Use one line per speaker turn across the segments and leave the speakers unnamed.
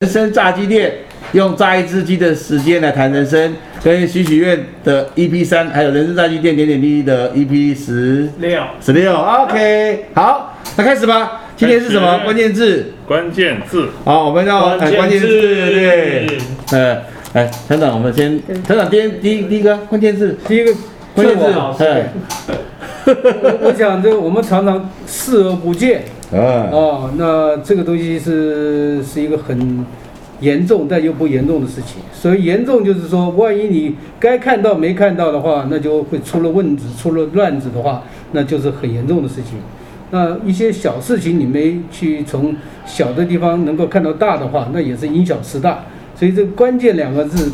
人生炸鸡店，用炸一只鸡的时间来谈人生，跟许许愿的 EP 三，还有人生炸鸡店点点滴滴的 EP 十
六
十六。OK，好，那开始吧。今天是什
开
么
始
关键字？
关键字，
好，我们要呃
关键字
对，呃，哎，团长，我们先，团长第第一第一个关键字，
第一个
关键
自我
字
老，师
哎，
我我想这个我们常常视而不见
啊，
哦，那这个东西是是一个很严重但又不严重的事情。所以严重就是说，万一你该看到没看到的话，那就会出了问子、出了乱子的话，那就是很严重的事情。那一些小事情你没去从小的地方能够看到大的话，那也是因小失大。所以这个关键两个字，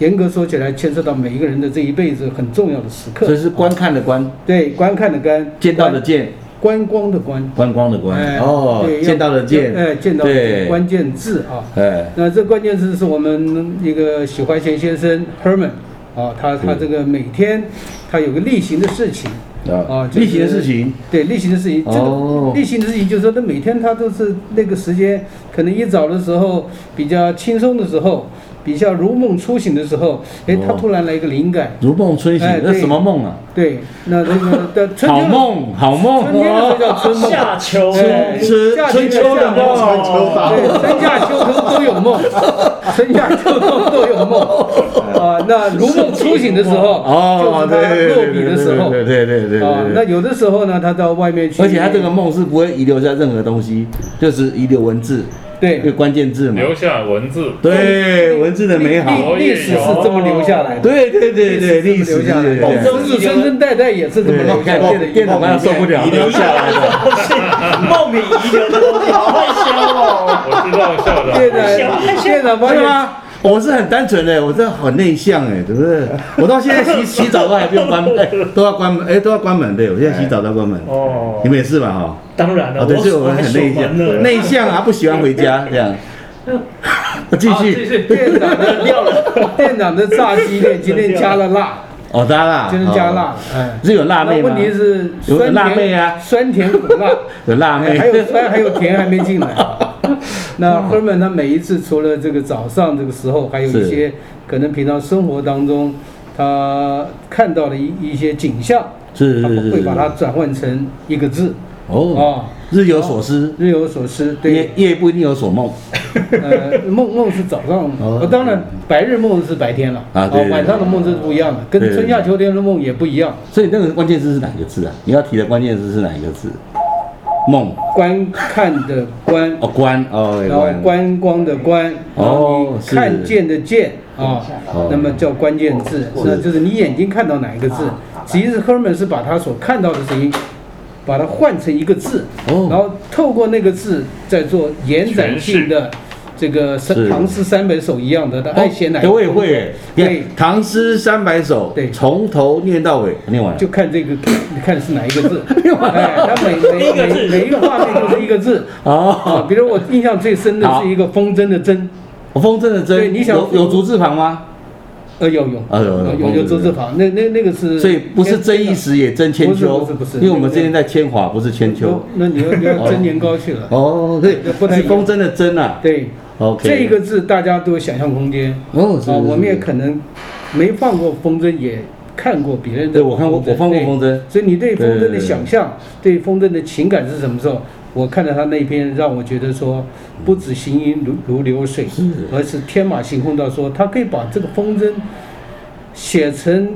严格说起来，牵涉到每一个人的这一辈子很重要的时刻。
所以是观看的观，
对，观看的观，
见到的见。
观光的观，
观光的观
哎
哦
对，要
见到了见，
哎，见到了见
对，
关键字啊。
哎，
那这关键字是我们一个许怀贤先生 Herman 啊，他他
嗯
这个每天他有个例行的事情，
啊
啊，就是
例行的事情，
对例行的事情，这
哦
个例行的事情就是说，他每天他都是那个时间，可能一早的时候比较轻松的时候，比较如梦初醒的时候，哎，他
哦
突然来一个灵感，
如梦春醒
哎，
那
对
什么梦啊？
对，那这个的春
好
天的，
梦，好
春天的时候
梦，
叫春梦。
夏秋
哎
梦，
春
夏
春
天
秋的
夏天
梦，
春秋大
对，春夏秋冬都有梦，春夏 秋冬都有梦啊。那如梦初醒的时候，
哦，
就是他
对
落
对
笔
对
的时候
对对对对
啊。
对
那
对。
有的时候呢，他到外面去，
而且他这个梦是不会遗留下任何东西，就是遗留文字，一个
对
关键字嘛。
留下文字，
对，文字的美好。
历历史是这么留下来的，
对对对对，
历
历
史
史
是这么
是这
留下来
样
的，甚至生生代代也是这么
对，
留
你
下
看
来的
电。电脑要受不了
遗留
了。
下来的，
梦里遗留的东西，好害羞哦。
我知道校
电
长，
脑，电脑发
对
现
吗？我是很单纯的，我真的很内向哎，对不对？我到现在洗洗澡都还不用关，哎， 都要关门，哎，都要关门。对，我现在洗澡都要关门。
哦
你，们也是吧？哈，
当然了，
哦，对，所以我
还
很
守
内
门呢
向，内向啊，不喜欢回 家这样。继
嗯啊
啊
继
续，
续电脑的料了，电脑的炸鸡店今天加了辣，
哦，加辣，
今天加辣
哦，，
哎。
是有辣
那
妹吗？
问题是
有
酸
辣
甜
妹啊
酸甜苦 辣，
有辣
哎
妹，
还有酸还有甜还没进来。那 Herman 他每一次除了这个早上这个时候，还有一些可能平常生活当中他看到的一一些景象，
是
他
是是，
会把它转换成一个字，
哦
哦，
日有所思，
日有所思。
夜
对，
夜不一定有所梦。
呃，梦梦是早上，
哦
我当然白日梦是白天了，哦
啊对对对
晚上的梦是不一样的，跟
对对对
春夏秋天的梦也不一样。
所以那个关键字是哪个字啊？你要提的关键字是哪一个字？梦
观看的观
哦，观哦，
然后观光的观，然后
哦
你看
是
见的见啊
哦，
那么叫关键字，那就是你眼睛看到哪一个字。其实 Herman 是把他所看到的事情，把它换成一个字，
哦
然后透过那个字再做延展性的这个
是
三唐诗三百首一样的，他爱写哪
哎
一个
我也会哎，你看
对
唐诗三百首，
对
从头念到尾，念完了
就看这个，你看是哪一个 字？哎，它每
第一
每
个字
每每一个画面就是一 个字啊
哦。。
比如我印象最深的是一个风筝的筝。
我哦风筝的
对
筝，
你想
有有竹字旁吗？
呃，有有
啊有有有
有有周志豪，那那那个是，
所以不是争一时也争千秋，
不是不是不是
因为我们之前在千华，不是千秋。
那你要你
哦
要蒸年糕去了。
哦，对
那，不太一
是风
样
筝的筝啊。
对，
OK，
这一个字大家都有想象空间
哦，是
啊，我们也可
看，
能没放过风筝，也看过别人的。
对我看过，我放过风
筝
筝
对，。所以你对风筝
对对
的
对
想象，对风筝的情感是什么时候？我看到他那篇，让我觉得说，不止行云如如流水，而是天马行空到说，他可以把这个风筝写成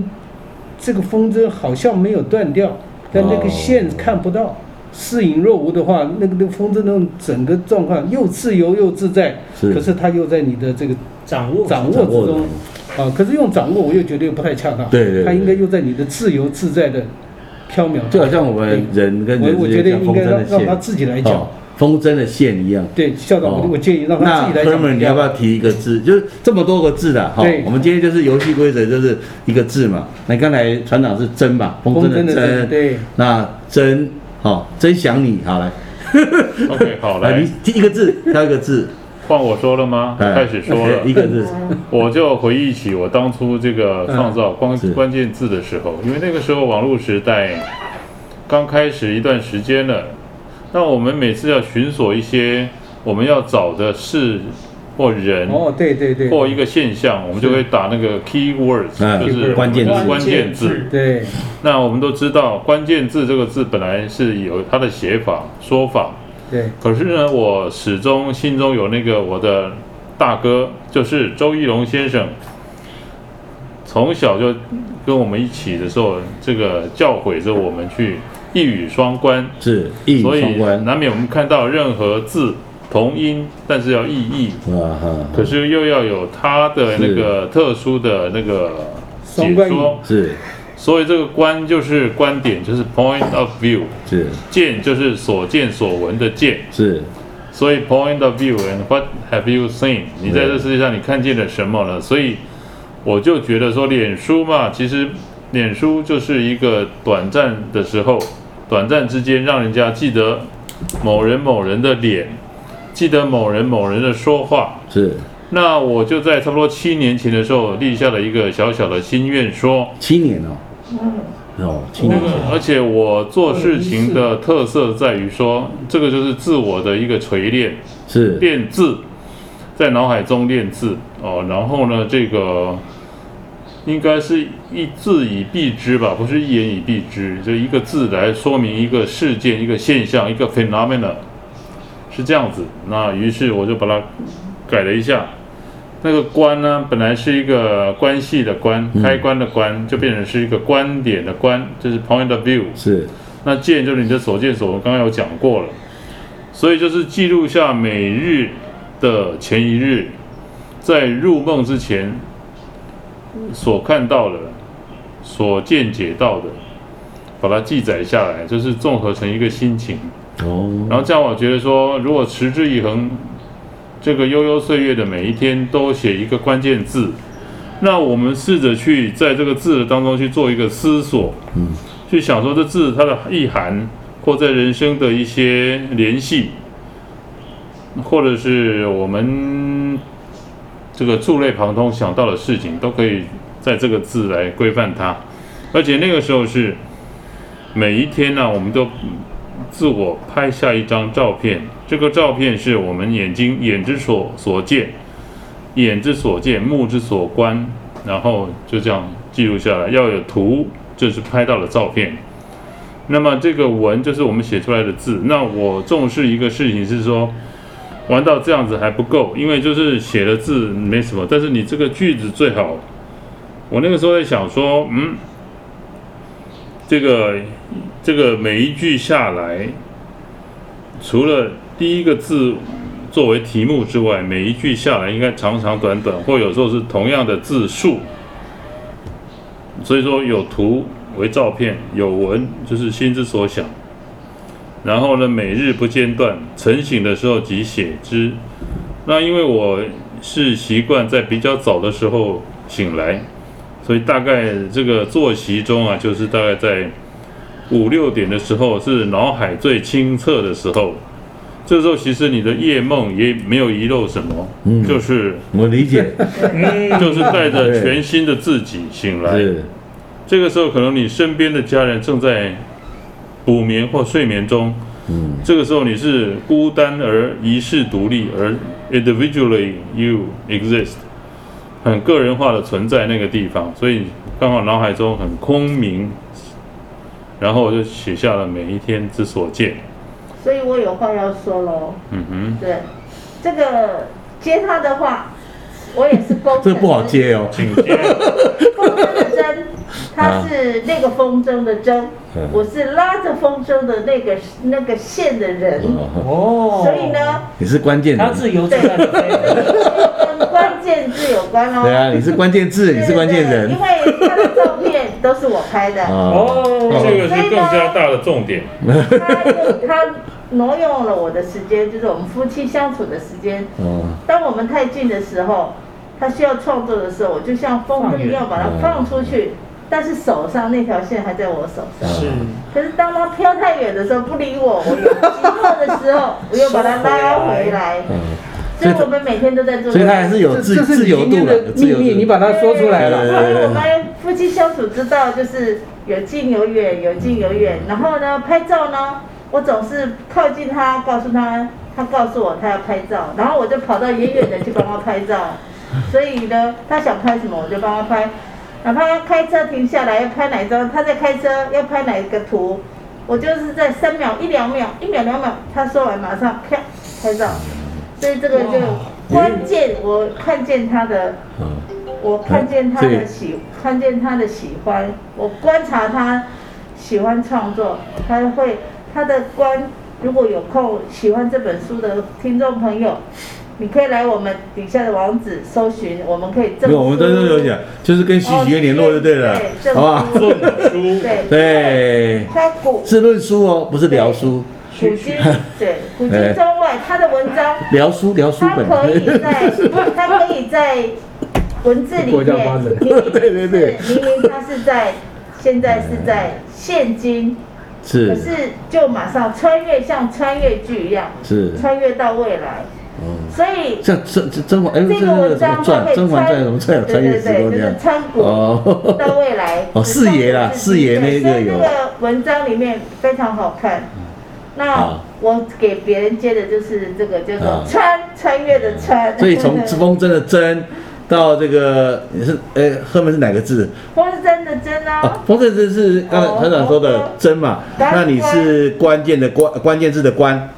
这个风筝好像没有断掉，但那
哦
个线看不到。似隐若无的话，那个那个风筝那种整个状况又自由又自在，
是
可是它又在你的这个
掌握
掌握
掌握
之
的
中啊。可是用掌握，我又觉得又不太恰当。
对对对
它应该又在你的自由自在的飘渺。
就好像我们人跟人
我我
之
觉
间
得
像
应
风
该
筝
让
的
让他
线，
自己来讲。
哦风筝的线一样。
对，校长，我
哦
我建议让他
那
自己来讲。
Herman，你要不要提一个字？就是这么多个字的哈
对。
我们今天就是游戏规则，就是一个字嘛。那刚才船长是真嘛，风筝
风筝的
的
筝
筝。
对。
那真，好，真想你，好来。
OK，好
来，
来
哎你，提一个字，挑一个 字。
换我说了吗？
哎
开始说了
哎一，个字。
我就回忆起我当初这个创造关
嗯是
关键字的时候，因为那个时候网络时代刚开始一段时间了，那我们每次要寻索一些我们要找的事或人
哦，对对对，
或一个现象，我们就会打那个 keywords，
嗯
就是
关键字
关键字。
对
那我们都知道，关键字这个字本来是有它的写法、说法，
对
可是呢，我始终心中有那个我的大哥，就是周一龙先生，从小就跟我们一起的时候，这个教诲着我们去一语双关，
是一语
所以
双关，
难免我们看到任何字同音，但是要异义，
啊哈，
可是又要有它的那个特殊的那个解
双关语
说，
是
所以这个观就是观点，就是 point of view，
是
见就是所见所闻的见。
是
所以 point of view and what have you seen？你在这世界上你看见了什么呢？所以我就觉得说，脸书嘛，其实脸书就是一个短暂的时候，短暂之间让人家记得某人某人的脸，记得某人某人的说话。
是，
那我就在差不多七年前的时候立下了一个小小的心愿，说，
七年哦，哦，七年前，
嗯而且我做事情的特色在于说，这个就是自我的一个锤炼。
是
练字，在脑海中练字哦，然后呢，这个应该是一字以蔽之吧，不是一言以蔽之，就一个字来说明一个事件、一个现象、一个 phenomena，是这样子。那于是我就把它改了一下。那个关呢，本来是一个关系的关，开关的关，就变成是一个观点的观，就是 point of view。
是
那见就是你的所见所闻，刚刚有讲过了，所以就是记录下每日的前一日，在入梦之前所看到的、所见解到的，把它记载下来，就是综合成一个心情。然
哦，
后这样，我觉得说，如果持之以恒，这个悠悠岁月的每一天都写一个关键字，那我们试着去在这个字的当中去做一个思索，
嗯，
去想说这字它的意涵，或在人生的一些联系，或者是我们这个触类旁通想到的事情，都可以在这个字来规范它。而且那个时候是每一天呢、我们都自我拍下一张照片，这个照片是我们眼睛眼之所所见，眼之所见，目之所观，然后就这样记录下来。要有图，就是拍到的照片。那么这个文就是我们写出来的字。那我重视一个事情是说，玩到这样子还不够，因为就是写的字没什么，但是你这个句子最好。我那个时候在想说，嗯，这个这个每一句下来，除了第一个字作为题目之外，每一句下来应该长长短短，或有时候是同样的字数。所以说有图为照片，有文就是心之所想。然后呢，每日不间断，晨醒的时候即写之。那因为我是习惯在比较早的时候醒来，所以大概这个作息中啊，就是大概在五六点的时候是脑海最清澈的时候。这时候其实你的夜梦也没有遗漏什么，
嗯
就是
我理解，
嗯
就是带着
对
全新的自己醒 来。
是
这个时候，可能你身边的家人正在补眠或睡眠中。
嗯，
这个时候你是孤单而遗世独立，而 individually you exist，很个人化的存在那个地方，所以刚好脑海中很空明，然后我就写下了每一天之所见。
所以我有话要说喽。
嗯哼，
对，这个接他的话，我也是工
这不好接哦，
请接。
风筝的 筝，它是那个风筝的筝
嗯，
我是拉着风筝的那个那个线的人，
哦
哦，
所以，呢，
你是关键
他
人，
自由自在的
跟关键字有关哦。
对啊，你是关键字，你是关键
对
人
因为他的照片都是我拍的，
啊，
哦，
这个是更加大的重点。
他就他挪用了我的时间，就是我们夫妻相处的时间。
哦，
当我们太近的时候，他需要创作的时候，我就像风筝一样把它放出去，但是手上那条线还在我手
啊
上。
是
可是当它飘太远的时候不理我，我有急迫的时候，我又把它拉回 来。
嗯，
所以我们每天都在做
所
这
以
个。
他还是有
这
自
这是
自
你
由
今
度
天
了，
的
自
秘
由
密，你
度，
把它说出来
对对
了。
所以我们夫妻相处之道就是有近有远，有近有远。然后呢，拍照呢，我总是靠近他，告诉他他告诉我他要拍照，然后我就跑到远远的去帮他拍照。 所以呢，他想拍什么我就帮他拍，哪怕他开车停下来要拍哪一张，他在开车要拍哪一个图，我就是在三秒、一两秒、一秒两秒，他说完马上啪拍照。所以这个就关键，我看见他的
嗯，
我看见他
对
的喜，看见他的喜欢，我观察他喜欢创作，他会他的观，如果有空喜欢这本书的听众朋友，你可以来我们底下的网址搜寻，我们可以
没
证
有，我们都是有
书
讲，就是跟许许愿联络就对了
哦对，
好不好？
对
赠书，
对，
对，
他古
是论书哦，不是聊书，
古今 对古今中外，他的文章。
聊书聊哎书
它
本。
可以在，它可以在文字 里
国
面
家发展，
明明
对对对
是明明它是在，现在是在现今，可
是
是就马上穿越，像穿越剧一样，
是，
穿越到未来，
嗯，
所以。
像甄甄甄嬛，哎，这
这个
个
文
怎么
章它
转？
会
甄嬛传怎么
穿，
转？穿越
对对
时
对，
空
就
这样
是。穿古
哦
到未来。
哦视野啦视野那
对
个
所以
有嗯
那个文章里面非常好看。那
啊
我给别人接的就是这个，叫
啊
做穿穿越的 穿。
所以从 风筝的筝到这个你是，哎，后面是哪个字？
风是真的真
啊
啊，，
风筝字是刚才团长说的“针”嘛？那你是关键的关关键字的“关”，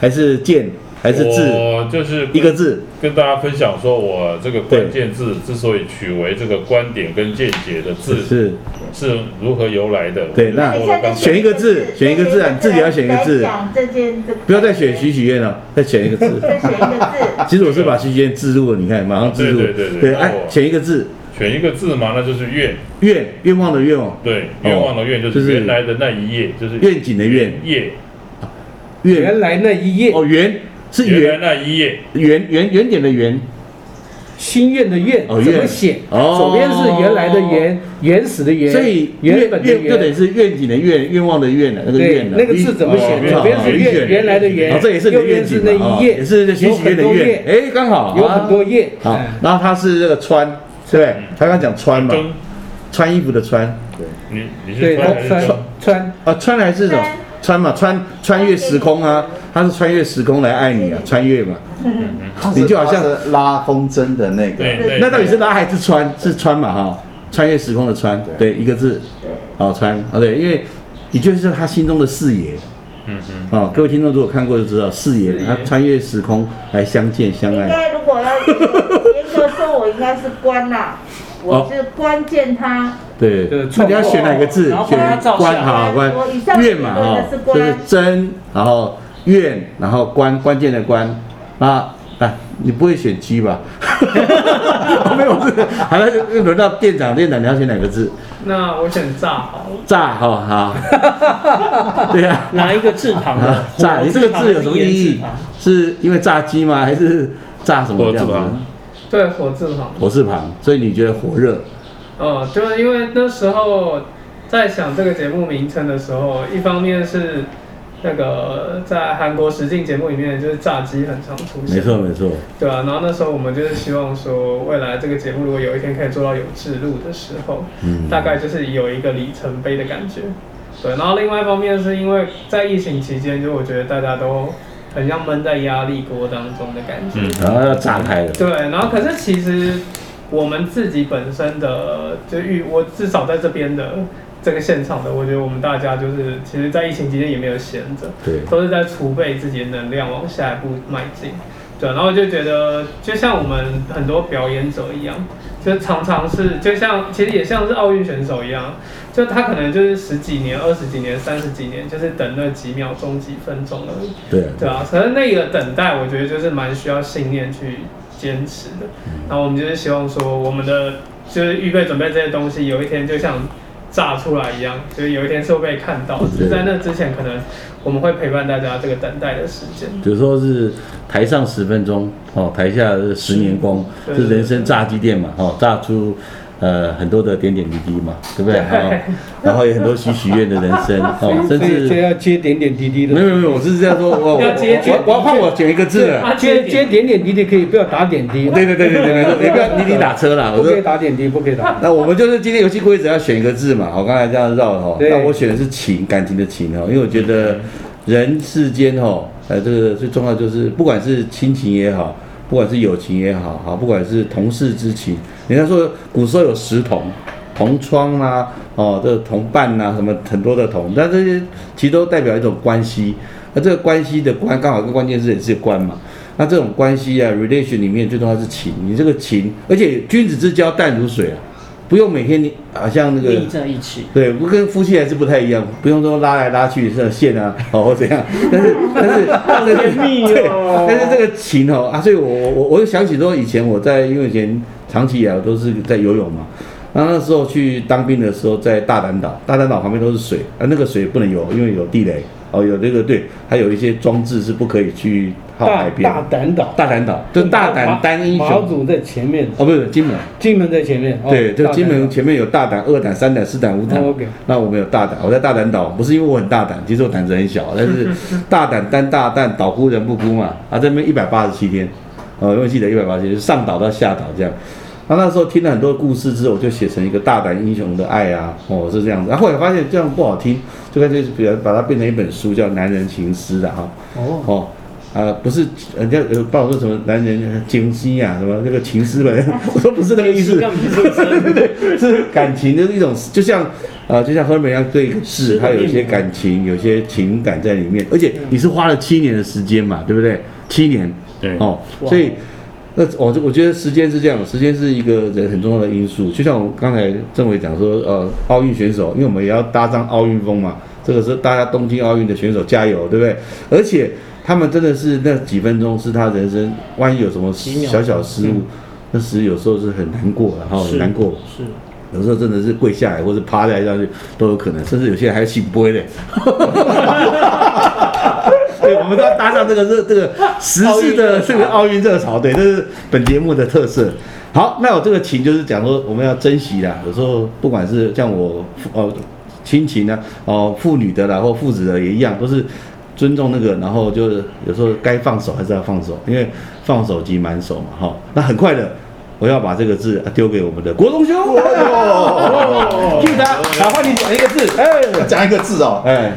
还是“键”，还是“字
我就是”？
一个字
跟大家分享说，我这个关键字之所以取为这个观点跟见解的字
是
是如何由来的？
对那
我就说了刚才
啊选一个字选一个字啊你自己要选一个字
来讲这件，这个
不要再选许，许愿了，再选一个字。
再选一 个字。
其实我是把许许愿置入了，你看马上置入。
对对对对
对，哎
哦，
选一个字，
选一个字嘛，那就是愿，
愿愿望的愿哦，
对，愿望的愿就是原来的那一页，就是
愿景的愿，
页，
原
愿
来那一页，
哦圆是
原
圆
来那一页，
圆圆圆点的圆，
心愿的愿
哦
怎
愿
么写？
哦
左边是原来的原原始的原，
所以
原
愿
本的
愿就等于
原。
是愿景的愿，愿望的愿啊那个
对
愿，
那个字怎么
哦
写？
愿
左边是
哦
原原来的
哦
原，，
这也是你的
右
愿
边是
景
那
嘛哦
一页，
也是许
有
许愿
很
的
多
愿。
页，
哎，刚好
有
啊
很多页。
好
嗯，
然后它是这个穿，对不对，
嗯
他刚讲穿嘛，
征，
穿衣服的穿
你你是
对，
穿还是
它穿
征？
穿
啊，穿来是什么
穿？
穿嘛，穿穿越时空啊，他是穿越时空来爱你啊，穿越嘛。你就好像
他是拉风筝的那个，
对对，
那到底是拉还是穿？是穿嘛哈，穿越时空的穿，对，一个字，好穿啊，对，因为你就是他心中的视野。
嗯嗯，
哦，各位听众如果看过就知道，视野他穿越时空来相见相
应
爱。
该如果要严格说，我应该是关啦，
哦
我是关键他。
对
对，
那你要选哪个字
然后？帮他
选
照
关
相哎
好关
我以上
愿嘛
选的
哈
是，关
就是真，然后愿，然后关关键的关啊啊，你不会选鸡吧？ 哦没有这个，好了，就轮到店长，店长你要选哪个字？
那我选炸好了，
炸好好，对呀、
拿一个字旁的
啊，，炸，你这个字有什么意义？是因为炸鸡吗？还是炸什么这
火字
样子？
旁，
对，火字旁。
火字旁，所以你觉得火热？
哦，就是因为那时候在想这个节目名称的时候，一方面是那个在韩国实境节目里面，就是炸鸡很常出现，
没错，没错，
对啊。然后那时候我们就是希望说，未来这个节目如果有一天可以做到有制度的时候，
嗯
大概就是有一个里程碑的感觉。对，然后另外一方面是因为在疫情期间，就我觉得大家都很像闷在压力锅当中的感觉。
嗯
然后要炸开了。
对，然后可是其实我们自己本身的，就遇我至少在这边的这个现场的，我觉得我们大家就是，其实在疫情期间也没有闲着，
对
都是在储备自己的能量，往下一步迈进。对，啊然后就觉得就像我们很多表演者一样，就常常是就像其实也像是奥运选手一样，就他可能就是十几年、二十几年、三十几年，就是等那几秒钟、几分钟而已。
对啊，
对啊，可是那个等待，我觉得就是蛮需要信念去坚持的。
嗯
然后我们就是希望说，我们的就是预备准备这些东西，有一天就像炸出来一样，就是有一天是会被看到的。
对
就在那之前，可能我们会陪伴大家这个等待的时间。
比如说是台上十分钟，哦，台下是十年功，
对
这是人生炸鸡店嘛，哦，炸出呃很多的点点滴滴嘛，对不对？哦，然后有很多许许愿的人生， 哦，甚
所以这
至
要接点点滴滴的。
没有没有没有，我是这样说，我我
要接
我我要换我选一个字 了，
啊
接接点点滴滴可以，不要打点滴。
对对对对对，没错，你不要你你打车啦，我
不可以
说。
打点滴，不可以打。
那我们就是今天游戏规则要选一个字嘛，我刚才这样绕了哈。
对
那我选的是情，感情的情哦，因为我觉得人世间哦，呃，这个最重要就是，不管是亲情也好，不管是友情也好，哈，不管是同事之情，人家说古时候有十同，同窗啦、哦，这个同伴呐、什么很多的同，但这些其实都代表一种关系。那这个关系的关，刚好跟关键字也是关嘛。那这种关系啊，relation 里面最重要是情，你这个情，而且君子之交淡如水啊，不用每天你好像那个
腻在一起。
对，不跟夫妻还是不太一样，不用说拉来拉去是线 啊，哦或怎样，但是但是但是
甜蜜
对
哦，
但是这个情哦啊，所以我我我我就想起说以前我在因为以前长期以来我都是在游泳嘛，那那时候去当兵的时候在大胆岛，大胆岛旁边都是水，啊那个水不能游，因为有地雷哦，有这个对，还有一些装置是不可以去靠海
大
边，
大胆岛，
大胆岛就大胆单英
马
雄
祖在前面，
哦，不是金门。
金门在前面。哦
对，就
大胆
金门
岛
前面有大胆、二胆、三胆、四胆、五胆。
哦，OK
那我们有大胆，我在大胆岛，不是因为我很大胆，其实我胆子很小，但 是大胆担大担，岛孤人不孤嘛。啊，这边一百八十七天，呃，永远记得一百八十七天，上岛到下岛这样。那那时候听了很多故事之后，我就写成一个大胆英雄的爱啊，哦是这样子。啊，后来发现这样不好听，就干脆比较把它变成一本书，叫《男人情诗》的哈。
哦，
哦，啊，不是人家有报说什么男人情诗啊，什么那个情诗本， 我说不是那个意思。
根本不是真的。
是感情的一种，就像呃，就像赫美一样对一个事，它有一些感情，有些情感在里面，而且你是花了七年的时间嘛，对不对？七年，
对
哦，
哇
所以那我就我觉得时间是这样，时间是一个人很重要的因素。就像我刚才政委讲说，呃，奥运选手，因为我们也要搭上奥运风嘛，这个是大家东京奥运的选手加油，对不对？而且他们真的是那几分钟是他人生，万一有什么
几秒嗯
小小失误，那时有时候是很难过的哈，
是
很哦难过。
是，
有时候真的是跪下来或者趴在上去都有可能，甚至有些人还醒杯嘞。 对，我们都要搭上这个热这个时事的这个奥运热潮，对，这是本节目的特色。好，那我这个情就是讲说我们要珍惜啦，有时候不管是像我呃亲情啊，哦父女的啦或父子的也一样，都是尊重那个，然后就是有时候该放手还是要放手，因为放手即满手嘛，哈。那很快的，我要把这个字丢给我们的国中兄，Q 他，好，换你讲一个字，哎，
讲一个字哦，
哎，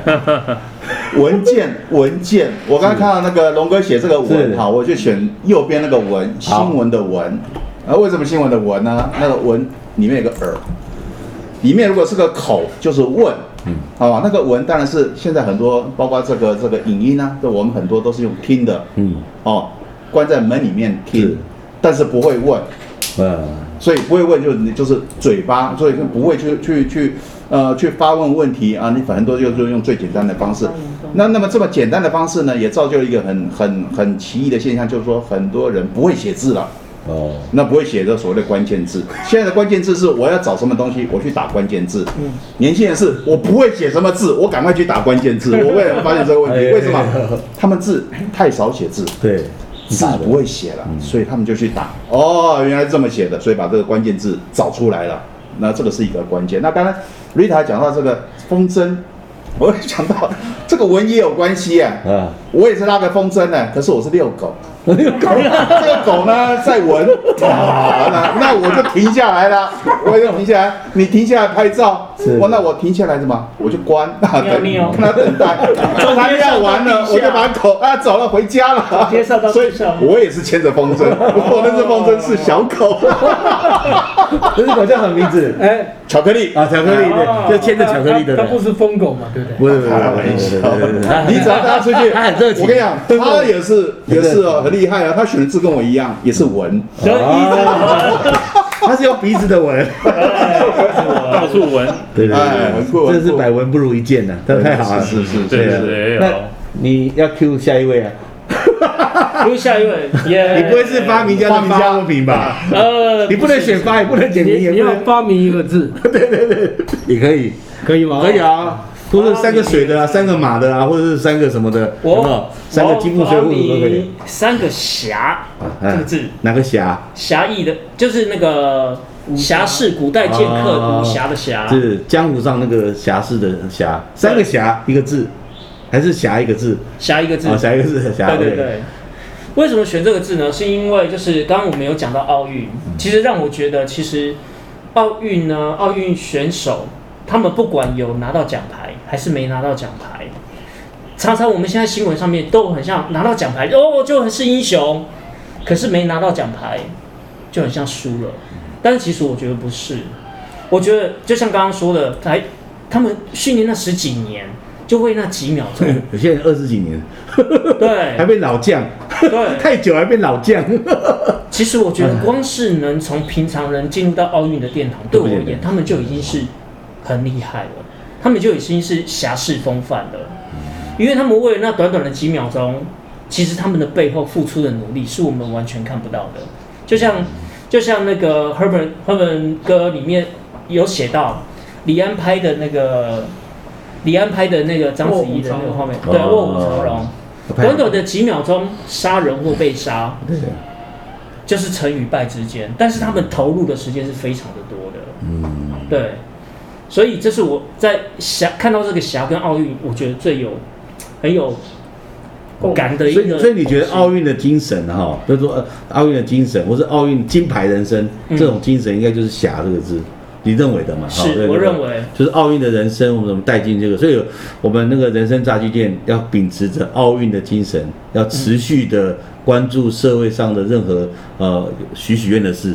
文件文件。我刚刚看到那个龙哥写这个
是
文，好，我就
嗯
选右边那个文，
好
新闻的文。啊，为什么新闻的文呢？那个文里面有个耳，里面如果是个口，就是问。嗯，啊，那个文当然是现在很多，包括这个这个影音啊，这我们很多都是用听的。
嗯，
哦，关在门里面
是
听，但是不会问。
呃，
所以不会问就你就是嘴巴，所以不会去去去呃去发问问题啊，你很多就是用最简单的方式。那那么这么简单的方式呢，也造就一个很很很奇异的现象，就是说很多人不会写字了。
哦，
那不会写的所谓的关键字。现在的关键字是我要找什么东西，我去打关键字。
嗯
年轻人是我不会写什么字，我赶快去打关键字。我为了发现这个 问
哎
题，为什么？他们字太少写字，
对，
字不会写了，
嗯
所以他们就去打。哦，原来是这么写的，所以把这个关键字找出来了。那这个是一个关键。那刚刚 Rita 讲到这个风筝，我也想到这个文也有关系啊。
啊，
我也是拉个风筝呢，可是我是遛 狗。
啊
这个狗呢在闻，啊那那我就停下来了，我就停下来。你停下来拍照哦
是，
哇，那我停下来什么？我就关， 啊，
尿
等
尿
让它等 待，它尿完了，我就把狗啊走了，回家了。
接上到
所以
地上
我也是牵着风筝，我那只风筝是小 狗，
这只狗叫什么名字？
哎，
巧克力
啊，巧克力对，就牵着巧克力的
它它
人
它，不是疯狗嘛，对不对？
不是不是，
开玩笑
不是不是不是，
你只要带它出去，
他 很热情
我跟你讲，它也是也是哦，很厉害啊。它选的字跟我一样，也是文。
所以一直
他是用鼻子的 闻，
到处闻，
对对
哎闻过
对，真
闻
的是
过
百闻不如一见呐，这太好了，
是是是
对
啊
对对，哎
那
呦
你要 Q 下一位啊，
如下一位，耶！
你不会是发明家
哎发
的
明家
发物品吧？
呃，
你不能选发，也不能减
你
名，也
你
不
要
能，
发明一 个字，
也可以，
可以吗？
可以啊。都是三个水的啊，三个马的啊，或者是三个什么的，有没有
我？
三个金木水火土都可以。。
三个侠
哎
这个字，啊
哪个侠？
侠义的，就是那个侠士，古代剑客
哦
武侠的侠啦。
是江湖上那个侠士的侠，三个侠一个字，还是侠一个字？
侠一个字
哦，，侠一个字，侠
对对对。为什么选这个字呢？是因为就是刚刚我们有讲到奥运，其实让我觉得，其实奥运呢，奥运选手他们不管有拿到奖牌还是没拿到奖牌，常常我们现在新闻上面都很像拿到奖牌哦，就很是英雄，可是没拿到奖牌就很像输了。但是其实我觉得不是，我觉得就像刚刚说的，台他们训练那十几年，就为那几秒钟，
有些人二十几年还
对
变老将，
对，
太久还变老 将，
其实我觉得，光是能从平常人进入到奥运的殿堂，对我而
对
言，他们就已经是很厉害了，他们就已经是侠士风范了。因为他们为了那短短的几秒钟，其实他们的背后付出的努力是我们完全看不到的。就像就像那个 Herman Herman 歌里面有写到，李安拍的那个李安拍的那个章子怡的那个画面，
卧虎藏龙
对《卧虎
哦
藏龙》，短短的几秒钟杀人或被杀。
对
就是成与败之间，但是他们投入的时间是非常的多的，
嗯，
对，所以这是我在霞看到这个霞跟奥运，我觉得最有很有感的一
所以
个。
所以你觉得奥运的精神哈，就是说呃奥运的精神，或是奥运金牌人生
嗯
这种精神，应该就是侠这个字，你认为的嘛？哈
是
对
我
对
认为
就是奥运的人生，我们怎么带进这个？所以我们那个人生炸鸡店要秉持着奥运的精神，要持续的关注社会上的任何呃许许愿的事。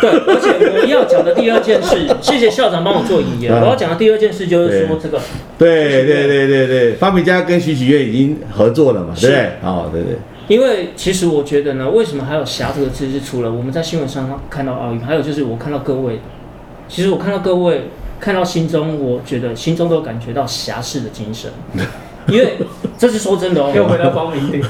对，而且我要讲的第二件事，谢谢校长帮我做引言。
嗯
我要讲的第二件事就是说
对
这个
对
许愿
对对对对，发明家跟许许愿已经合作了嘛，对不对？哦，对对，
因为其实我觉得呢，为什么还有“侠”这个字？是除了我们在新闻上看到奥运，还有就是我看到各位，其实我看到各位，看到心中，我觉得心中都感觉到侠士的精 神，因为这是说真的
又回
哦。
到光明顶，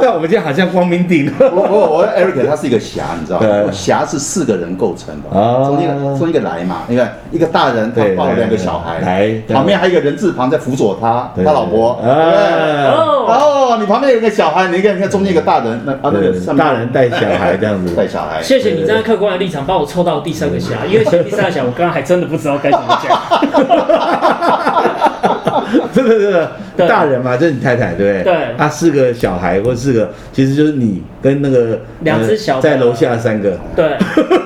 但我们今天好像光明顶了。
我我我 Eric 他是一个侠，你知道吗
对？
侠是四个人构成的，
哦
从一个从一个来嘛，你看一个大人他
对
抱
对
两个
对
小孩，
来对
旁边还有一个人字旁在辅佐他，
对
他老婆，对
对
不对
啊
哦，
哦，你旁边有一个小孩，你看你看中间有个大人，那啊那个
对
上面
大人带小孩这样子
带小孩，
谢谢你站在客观的立场，帮我凑到第三个侠，因为其实第三个侠我刚刚还真的不知道该怎么讲。
真的真的，
对
大人嘛，就是你太太，对不对？
对
啊，四个小孩或四个，其实就是你跟那个
两只
呃
小的
在楼下三个，
对，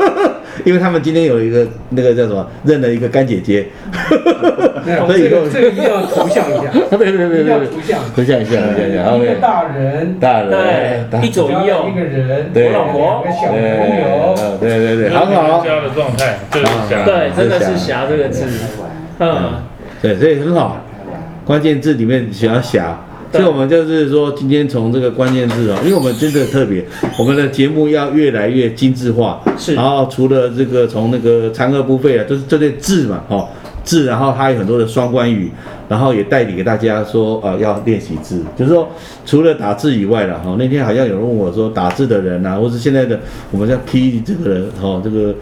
因为他们今天有一个那个叫什么，认了一个干姐姐，所以以
哎这
后
个这个一定要图像一下，
别别
一
别
定要
别，
图像，
回想一下，回想一下
一个
，OK，
嗯大人，
大人，
对，一左一右
一，个人，
对
我老婆，两个小朋友，
对对对对，好
很
好。
家的状态，这是想
对，真的是侠这个字，嗯，
对，所以很好。关键字里面想要侠，所
对
以我们就是说，今天从这个关键字啊，因为我们真的特别，我们的节目要越来越精致化。
是
然后除了这个从那个残额不费啊，就是这对字嘛，哦，字，然后它有很多的双关语，然后也带领给大家说，呃，要练习字，就是说除了打字以外了哈、哦。那天好像有人问我说，打字的人啊，或是现在的我们叫 P 这个人哦，这个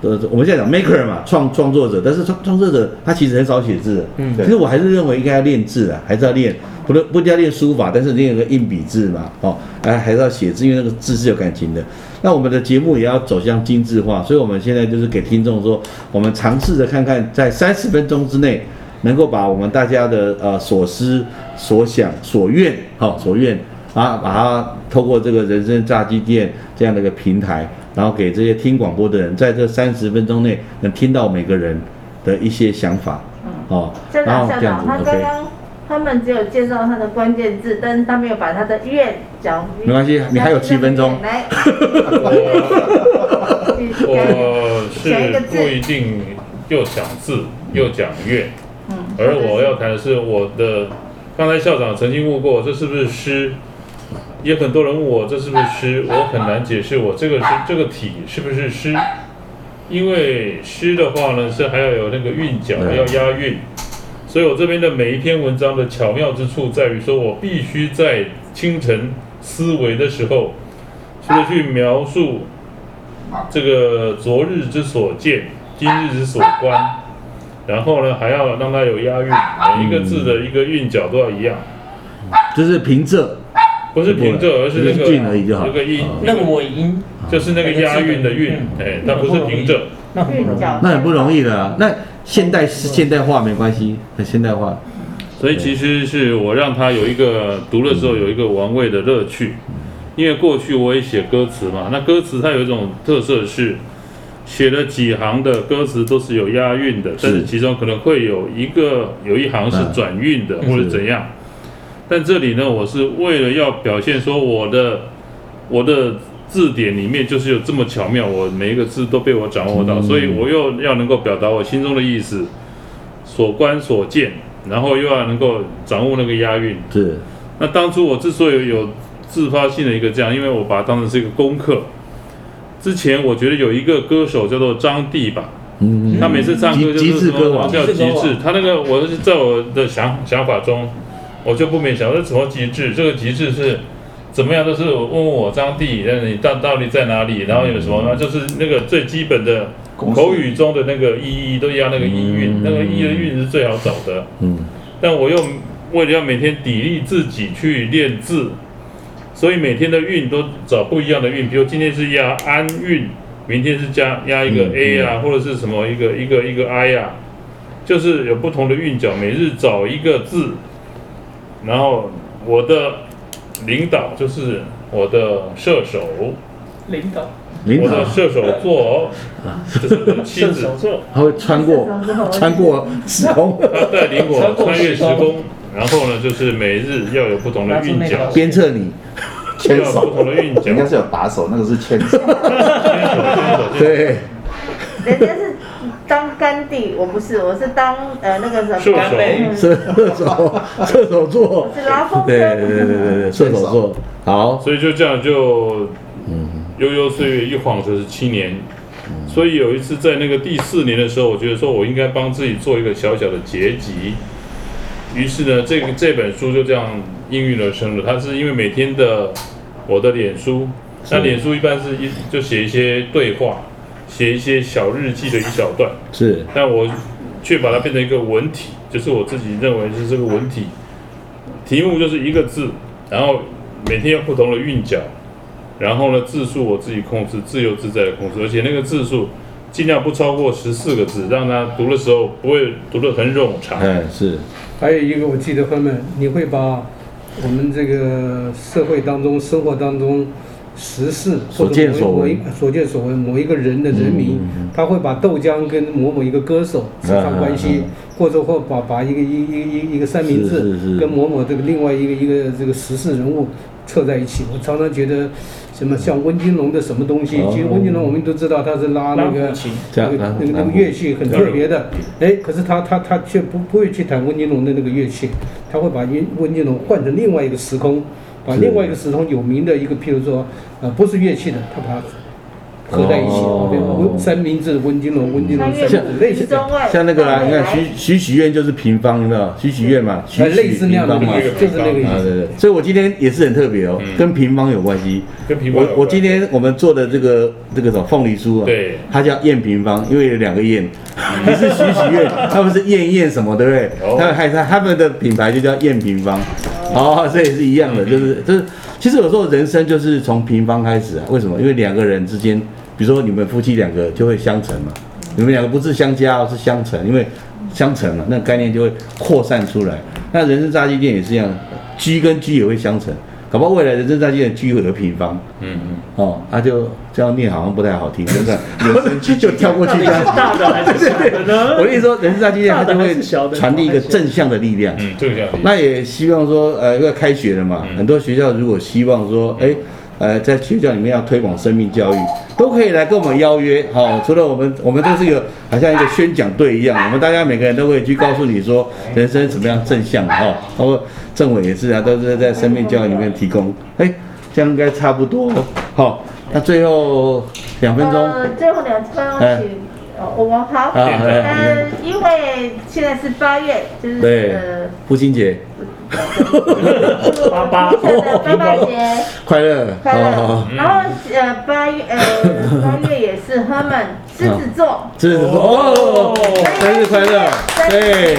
呃，我们现在讲 maker 嘛，创创作者，但是创创作者他其实很少写字的，
嗯
其实我还是认为应该要练字啊，还是要练，不论不一定要练书法，但是练个硬笔字嘛，哦，哎，还是要写字，因为那个字是有感情的。那我们的节目也要走向精致化，所以我们现在就是给听众说，我们尝试着看看，在三十分钟之内，能够把我们大家的呃所思、所想、所愿，好、所愿啊，把它透过这个人生炸鸡店这样的一个平台，然后给这些听广播的人，在这三十分钟内能听到每个人的一些想法，哦，
校
然
长
后
校
这样
长，
子
他刚
，OK，
刚他们只有介绍他的关键字，但是他没有把他的愿讲。
没关系你还有七分钟哦
来，
我
选一个
是
字
不一定又讲字又讲乐，
嗯
而我要谈的是我的。刚才校长曾经问过，这是不是诗？也很多人问我这是不是诗，我很难解释我这个是这个体是不是诗，因为诗的话呢是还要有那个韵脚，还要押韵。所以我这边的每一篇文章的巧妙之处在于，说我必须在清晨思维的时候，除了去描述这个昨日之所见，今日之所观，然后呢还要让它有押韵，每一个字的一个韵脚都要一样，
就是平仄，
不是平仄，而是那个
韵而已就好
那个音，
那个尾音，
就是那个押韵的韵，哎，它不是平仄。
那很不容易。
那很不容易的、啊。那现代现代化没关系，很现代化，
所以其实是我让他有一个读的时候有一个玩味的乐趣，因为过去我也写歌词嘛，那歌词它有一种特色是，写了几行的歌词都是有嗯押韵的，但是其中可能会有一个有一行是转韵的或者怎样，但这里呢，我是为了要表现说我的我的字典里面就是有这么巧妙，我每一个字都被我掌握到，所以我又要能够表达我心中的意思，所观所见，然后又要能够掌握那个押韵。
是
那当初我之所以有自发性的一个这样，因为我把它当成是一个功课。之前我觉得有一个歌手叫做张帝吧，
嗯，
他每次唱歌
极
就
极
是
致
什
歌王
么叫
极致
极
歌王
致，他那个我是在我的想想法中，我就不免想，这怎么极致？这个极致是怎么样？都是我问我张帝，那你到到底在哪里？然后有什么？
嗯
那就是那个最基本的
公式
口语中的那个意义，都要那个音韵，那个意的韵是最好找的。
嗯，
但我又为了要每天砥砺自己去练字，所以每天的韵都找不一样的韵，比如今天是押安韵，明天是加押一个
嗯
A 啊，或者是什么一个一个一个 I 啊，就是有不同的韵脚，每日找一个字，然后我的领导就是我的射手，
领导
领
我
导
的射手座，就是我的 妻
射
子
手，座，
他会穿过
射手之后
穿过时空，
他啊带领我
穿过
穿越时
时空
空，然后呢，就是每日要有不同的
拿出
韵
那
脚
个。
鞭策你，
要
牵
有不
手，
同的韵脚
人家，是有打手，那个是牵手。
对，
人家是当甘地，我不是，我是当呃那个什
射手
么，
干杯
射手射手座
我，是拉风
对
车
对对对对对，射手座，好，
所以就这样就，悠悠岁月一晃就是七年。所以有一次在那个第四年的时候，我觉得说我应该帮自己做一个小小的结集。于是呢，这个这本书就这样应运而生了。它是因为每天的我的脸书，那
是
脸书一般是一就写一些对话，写一些小日记的一小段。
是
但我却把它变成一个文体，就是我自己认为是这个文体。题目就是一个字，然后每天有不同的韵脚，然后呢字数我自己控制，自由自在的控制，而且那个字数尽量不超过十四个字，让他读的时候不会读得很冗长。
嗯是
还有一个我记得方面，你会把我们这个社会当中、生活当中时事
所见所闻嗯
或者某一某一所见所闻某一个人的人名，他会把豆浆跟某某一个歌手扯上关系，
嗯嗯嗯
或者或把把一个一一一一个三明
是
治
是是
跟某某这个另外一个一个这个时事人物凑在一起。我常常觉得。什么像温金龙的什么东西？
哦
其实温金龙我们都知道他是拉那
拉
个
古琴
那个
这样
那
拉
个那
拉
个
古
乐器很特别的，哎，可是他他他却不不会去弹温金龙的那个乐器，他会把温温金龙换成另外一个时空，把
是
另外一个时空有名的一个，譬如说呃不是乐器的，他把它合在一起，
哦
比如温三明治、温金龙、温金龙
穿
三
越
明治类
古
似
今
的
中。外，
像那个啦，
到
你
未
看
来
许许许愿就是平方的，许许愿嘛，许
哎，类
许
似那
平
样的
方嘛
东，西，就是那个意
啊对
思。
对，所以我今天也是很特别哦，跟平方有关系。
跟平方有
我
关
我今天我们做的这个这个什么凤梨酥啊，
对
它叫燕平方，因为有两个燕，你是许许愿，他们是燕燕什么，对不对
哦？
他们还他他们的品牌就叫燕平方，哦，这也是一样的，就是就是，其实有时候人生就是从平方开始啊，为什么？因为两个人之间，比如说你们夫妻两个就会相乘嘛，你们两个不是相加哦，是相乘，因为相乘嘛，那概念就会扩散出来。那人生炸鸡店也是一样，G 跟 G 也会相乘，搞不好未来人生炸鸡店的 G 会有平方。
嗯嗯，
哦，他、就这样念好像不太好听，真 的，
人生
就就跳过
到
去
底
这
是
样。
大的还是小的 呢？
我跟你说，人事大经验它就
大的
会
还是小的
传递一个正向的力量。
嗯，这个叫
那也希望说，呃，因为开学了嘛，很多学校如果希望说，哎、呃，在学校里面要推广生命教育，都可以来跟我们邀约。好、除了我们，我们这是一个好像一个宣讲队一样，我们大家每个人都会去告诉你说，人生怎么样正向哈、哦，包括政委也是啊，都是在生命教育里面提供。哎、这样应该差不多。好、那最后两分钟。
呃，最后两分钟
哎
请哦我们好，
啊
哎
呃，因为现在是八月，就是
对
呃，
父亲节
八八，
爸爸节
快乐！
快乐
哦，
然后呃八月 呃八月也是他们狮子座，
这是哦，生日快乐！对，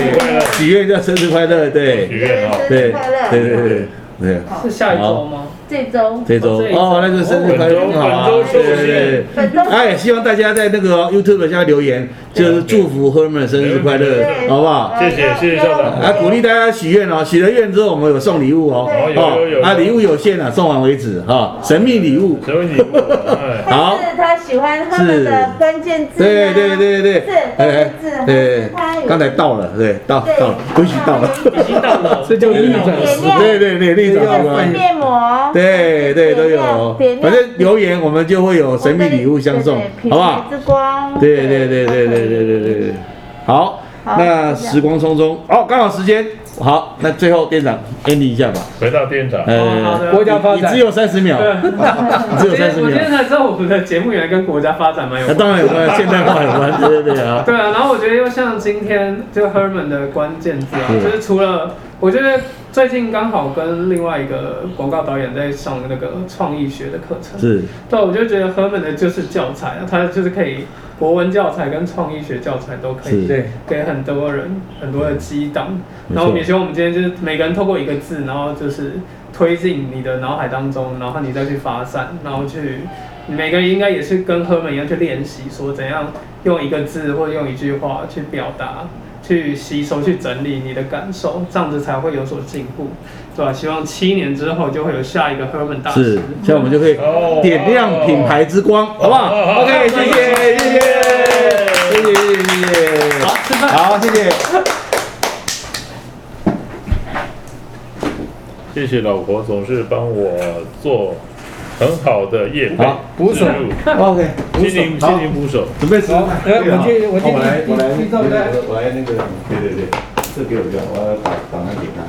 喜悦叫生日快乐，
许
对
愿哦，
对对对对对，
是下一周吗？
这周
这周哦，那就生日快乐，好，对对对。
本周
哎，希望大家在那个 YouTube 下留言，就是祝福 Herman 生日快乐，好不
呃
好？
谢谢谢谢校长
啊，鼓励大家许愿哦，许了愿之后我们有送礼物哦，哦，啊，礼物有限啊，送完为止哈，神秘礼物。
所以你问我哎
好
但是他许喜欢他们的关键字、啊，
对对对对，
是关键字，
对，刚才到了，对，到到了，恭喜到了，
已经到 了，
这就是
一
逆转
对
思。
对对对，立
这
早
要
个
了
是，面膜，
对对都有
点，亮
反正留言我们就会有神秘礼物相送，
对对
好不好
品牌？之光，
对对对对对对对对对，好，
好
那
就这样
时光匆匆，哦，刚好时间，好，那最后店长 end 一下吧，
回到店长，
哦好
呃，
的
国家发
你只
展，
有三十秒，
对，
你只有三十
我今
秒，
天才知道我们的节目原来跟国家发展蛮有
那
关。
当然有关，现代化有关，对对对啊，
对啊，然后我觉得又像今天就 Herman 的关键字啊，
嗯
就是除了我觉得最近刚好跟另外一个广告导演在上那个创意学的课程，
是，
对，我就觉得 Herman 的就是教材啊，他就是可以国文教材跟创意学教材都可以
是嗯
对，
给很多人很多的激荡。
没错
然后我们也希望我们今天就是每个人透过一个字，然后就是推进你的脑海当中，然后你再去发散，然后去每个人应该也是跟赫们一样去练习，说怎样用一个字或者用一句话去表达。去吸收、去整理你的感受，这样子才会有所进步，对吧、希望七年之后就会有下一个 Herman 大师
是。，这样我们就可以
哦
点亮品牌之光，好不
哦
好好
好
好
？OK，谢谢谢谢谢谢谢谢，
好，吃饭。
好，谢谢。
谢谢老婆总是帮我做很好的业配
好
鼓手
植入
OK，
心灵心灵捕手。
准备吃
好
饭。，
来我去，我
哦我
去
来，我来，
去照单。
我来那个，对对对，这给我用，我要打打开给他。